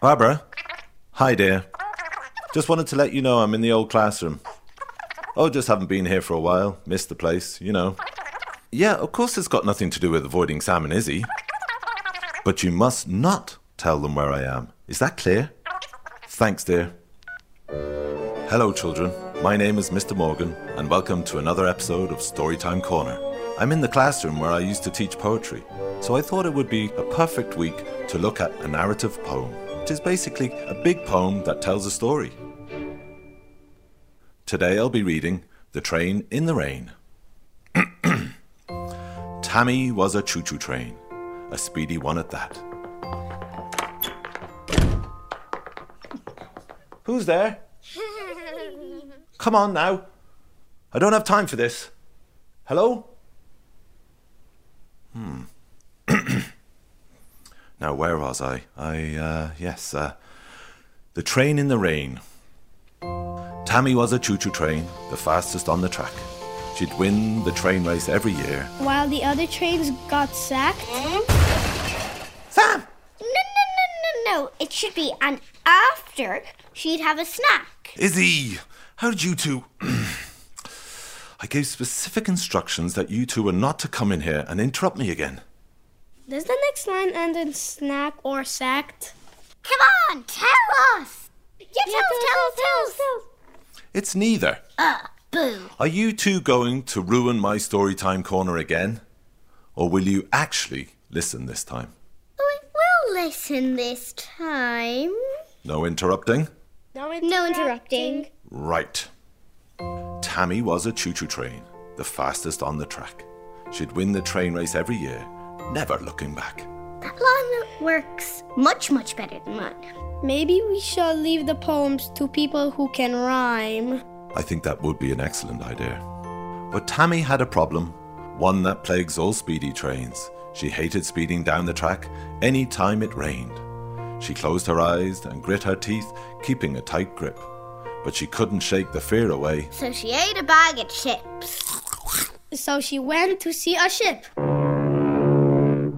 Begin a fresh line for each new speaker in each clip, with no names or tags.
Barbara? Hi, dear. Just wanted to let you know I'm in the old classroom. Oh, just haven't been here for a while. Missed the place, you know. Yeah, of course it's got nothing to do with avoiding Sam and Izzy. But you must not tell them where I am. Is that clear? Thanks, dear. Hello, children. My name is Mr. Morgan, and welcome to another episode of Storytime Corner. I'm in the classroom where I used to teach poetry, so I thought it would be a perfect week to look at a narrative poem, which is basically a big poem that tells a story. Today I'll be reading The Train in the Rain. Tammy was a choo choo train, a speedy one at that. Who's there? Come on now. I don't have time for this. Hello? Hmm. now, where was I? I, uh, yes, uh, the train in the rain. Tammy was a choo choo train, the fastest on the track. She'd win the train race every year.
While the other trains got sacked?
Sam!
No, no, no, no, no. It should be, and after she'd have a snack.
Izzy! How did you two. I gave specific instructions that you two were not to come in here and interrupt me again.
Does the next line end in snack or sacked?
Come on, tell us. Yeah, tell, us, tell, us, tell, us, tell us.
It's neither.
Boo.
Are you two going to ruin my story time corner again? Or will you actually listen this time?
We will listen this time.
No interrupting?
No,
No interrupting.
Right. Tammy was a choo choo train, the fastest on the track. She'd win the train race every year, never looking back.
That line works much, much better than mine.
Maybe we shall leave the poems to people who can rhyme.
I think that would be an excellent idea. But Tammy had a problem, one that plagues all speedy trains. She hated speeding down the track any time it rained. She closed her eyes and grit her teeth, keeping a tight grip. But she couldn't shake the fear away.
So she ate a bag of chips.
So she went to see a ship.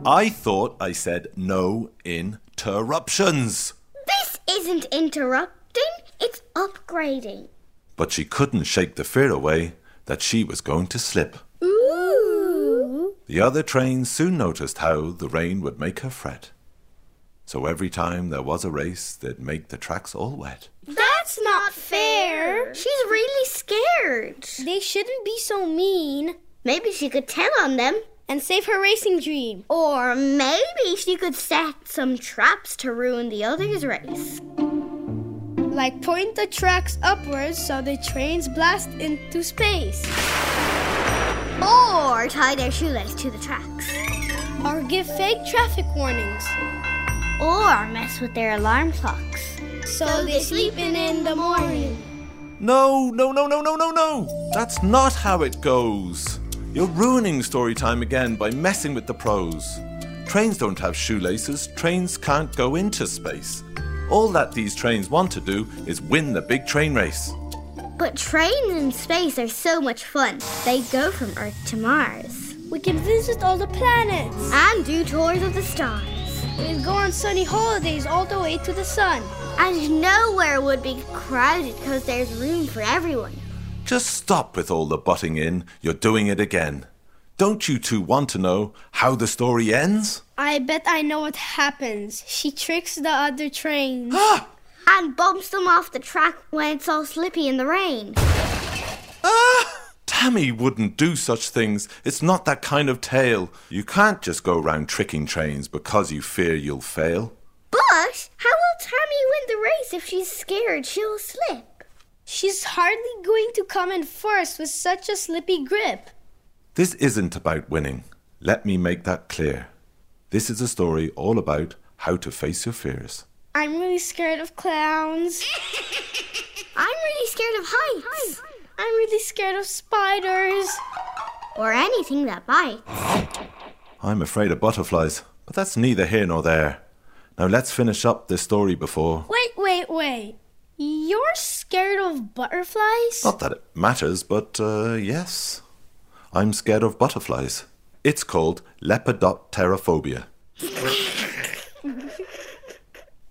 I thought I said no interruptions.
This isn't interrupting, it's upgrading.
But she couldn't shake the fear away that she was going to slip.
Ooh.
The other train soon noticed how the rain would make her fret. So every time there was a race, they'd make the tracks all wet.
That's not fair.
She's really scared.
They shouldn't be so mean
Maybe she could tell on them.
and save her racing dream.
Or maybe she could set some traps to ruin the other's race.
Like point the tracks upwards so the trains blast into space.
Or tie their shoelace to the tracks.
Or give fake traffic warnings.
Or mess with their alarm clocks.
So they sleeping in the morning.
No, no, no, no, no, no, no! That's not how it goes! You're ruining story time again by messing with the prose. Trains don't have shoelaces, trains can't go into space. All that these trains want to do is win the big train race.
But trains in space are so much fun. They go from Earth to Mars
We can visit all the planets.
and do tours of the stars.
We'll go on sunny holidays all the way to the sun.
And nowhere would be crowded because there's room for everyone.
Just stop with all the butting in, you're doing it again. Don't you two want to know how the story ends?
I bet I know what happens. She tricks the other trains.
Ah!
And bumps them off the track when it's all slippy in the rain.
Ah! Tammy wouldn't do such things. It's not that kind of tale. You can't just go round tricking trains because you fear you'll fail.
But how will Tammy win the race if she's scared she'll slip?
She's hardly going to come in first with such a slippy grip.
This isn't about winning. Let me make that clear. This is a story all about how to face your fears.
I'm really scared of clowns.
I'm really scared of heights.
I'm really scared of spiders.
Or anything that bites.
I'm afraid of butterflies, but that's neither here nor there. Now let's finish up this story before.
Wait, wait, wait. You're scared of butterflies?
Not that it matters, but uh, yes. I'm scared of butterflies. It's called lepidopterophobia.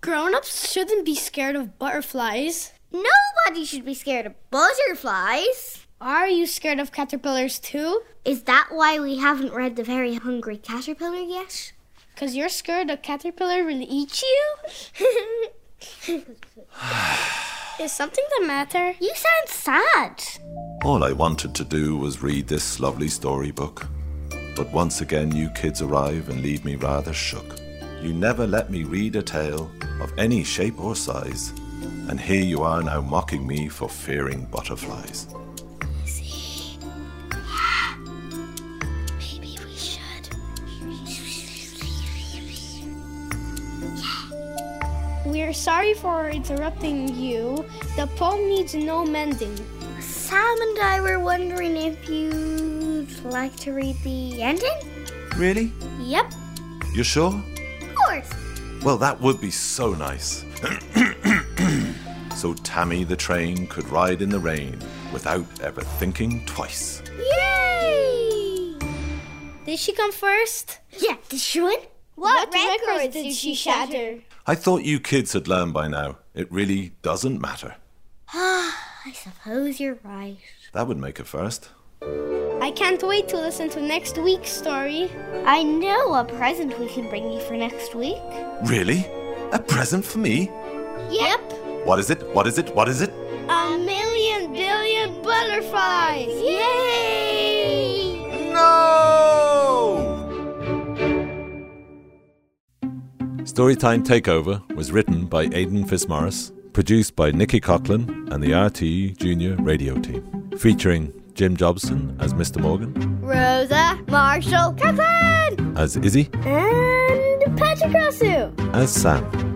Grown ups shouldn't be scared of butterflies.
Nobody should be scared of butterflies.
Are you scared of caterpillars too?
Is that why we haven't read The Very Hungry Caterpillar yet?
Because you're scared a caterpillar will eat you? Is something the matter?
You sound sad.
All I wanted to do was read this lovely storybook. But once again, you kids arrive and leave me rather shook. You never let me read a tale of any shape or size. And here you are now mocking me for fearing butterflies.
Maybe we should.
We're sorry for interrupting you. The poem needs no mending.
Sam and I were wondering if you'd like to read the ending?
Really?
Yep.
You sure?
Of course.
Well, that would be so nice. so Tammy the train could ride in the rain without ever thinking twice.
Yay!
Did she come first?
Yeah, did she win?
What, records did she shatter?
I thought you kids had learned by now. It really doesn't matter.
I suppose you're right.
That would make a first.
I can't wait to listen to next week's story.
I know a present we can bring you for next week.
Really? A present for me?
Yep.
What is it? What is it? What is it?
A million billion butterflies!
Yay!
No! Storytime Takeover was written by Aidan Fitzmaurice, produced by Nikki Coughlin and the RTE Junior Radio team, featuring Jim Jobson as Mr. Morgan,
Rosa, Marshall, Kathleen,
as Izzy,
and Patrick Rosu.
as Sam,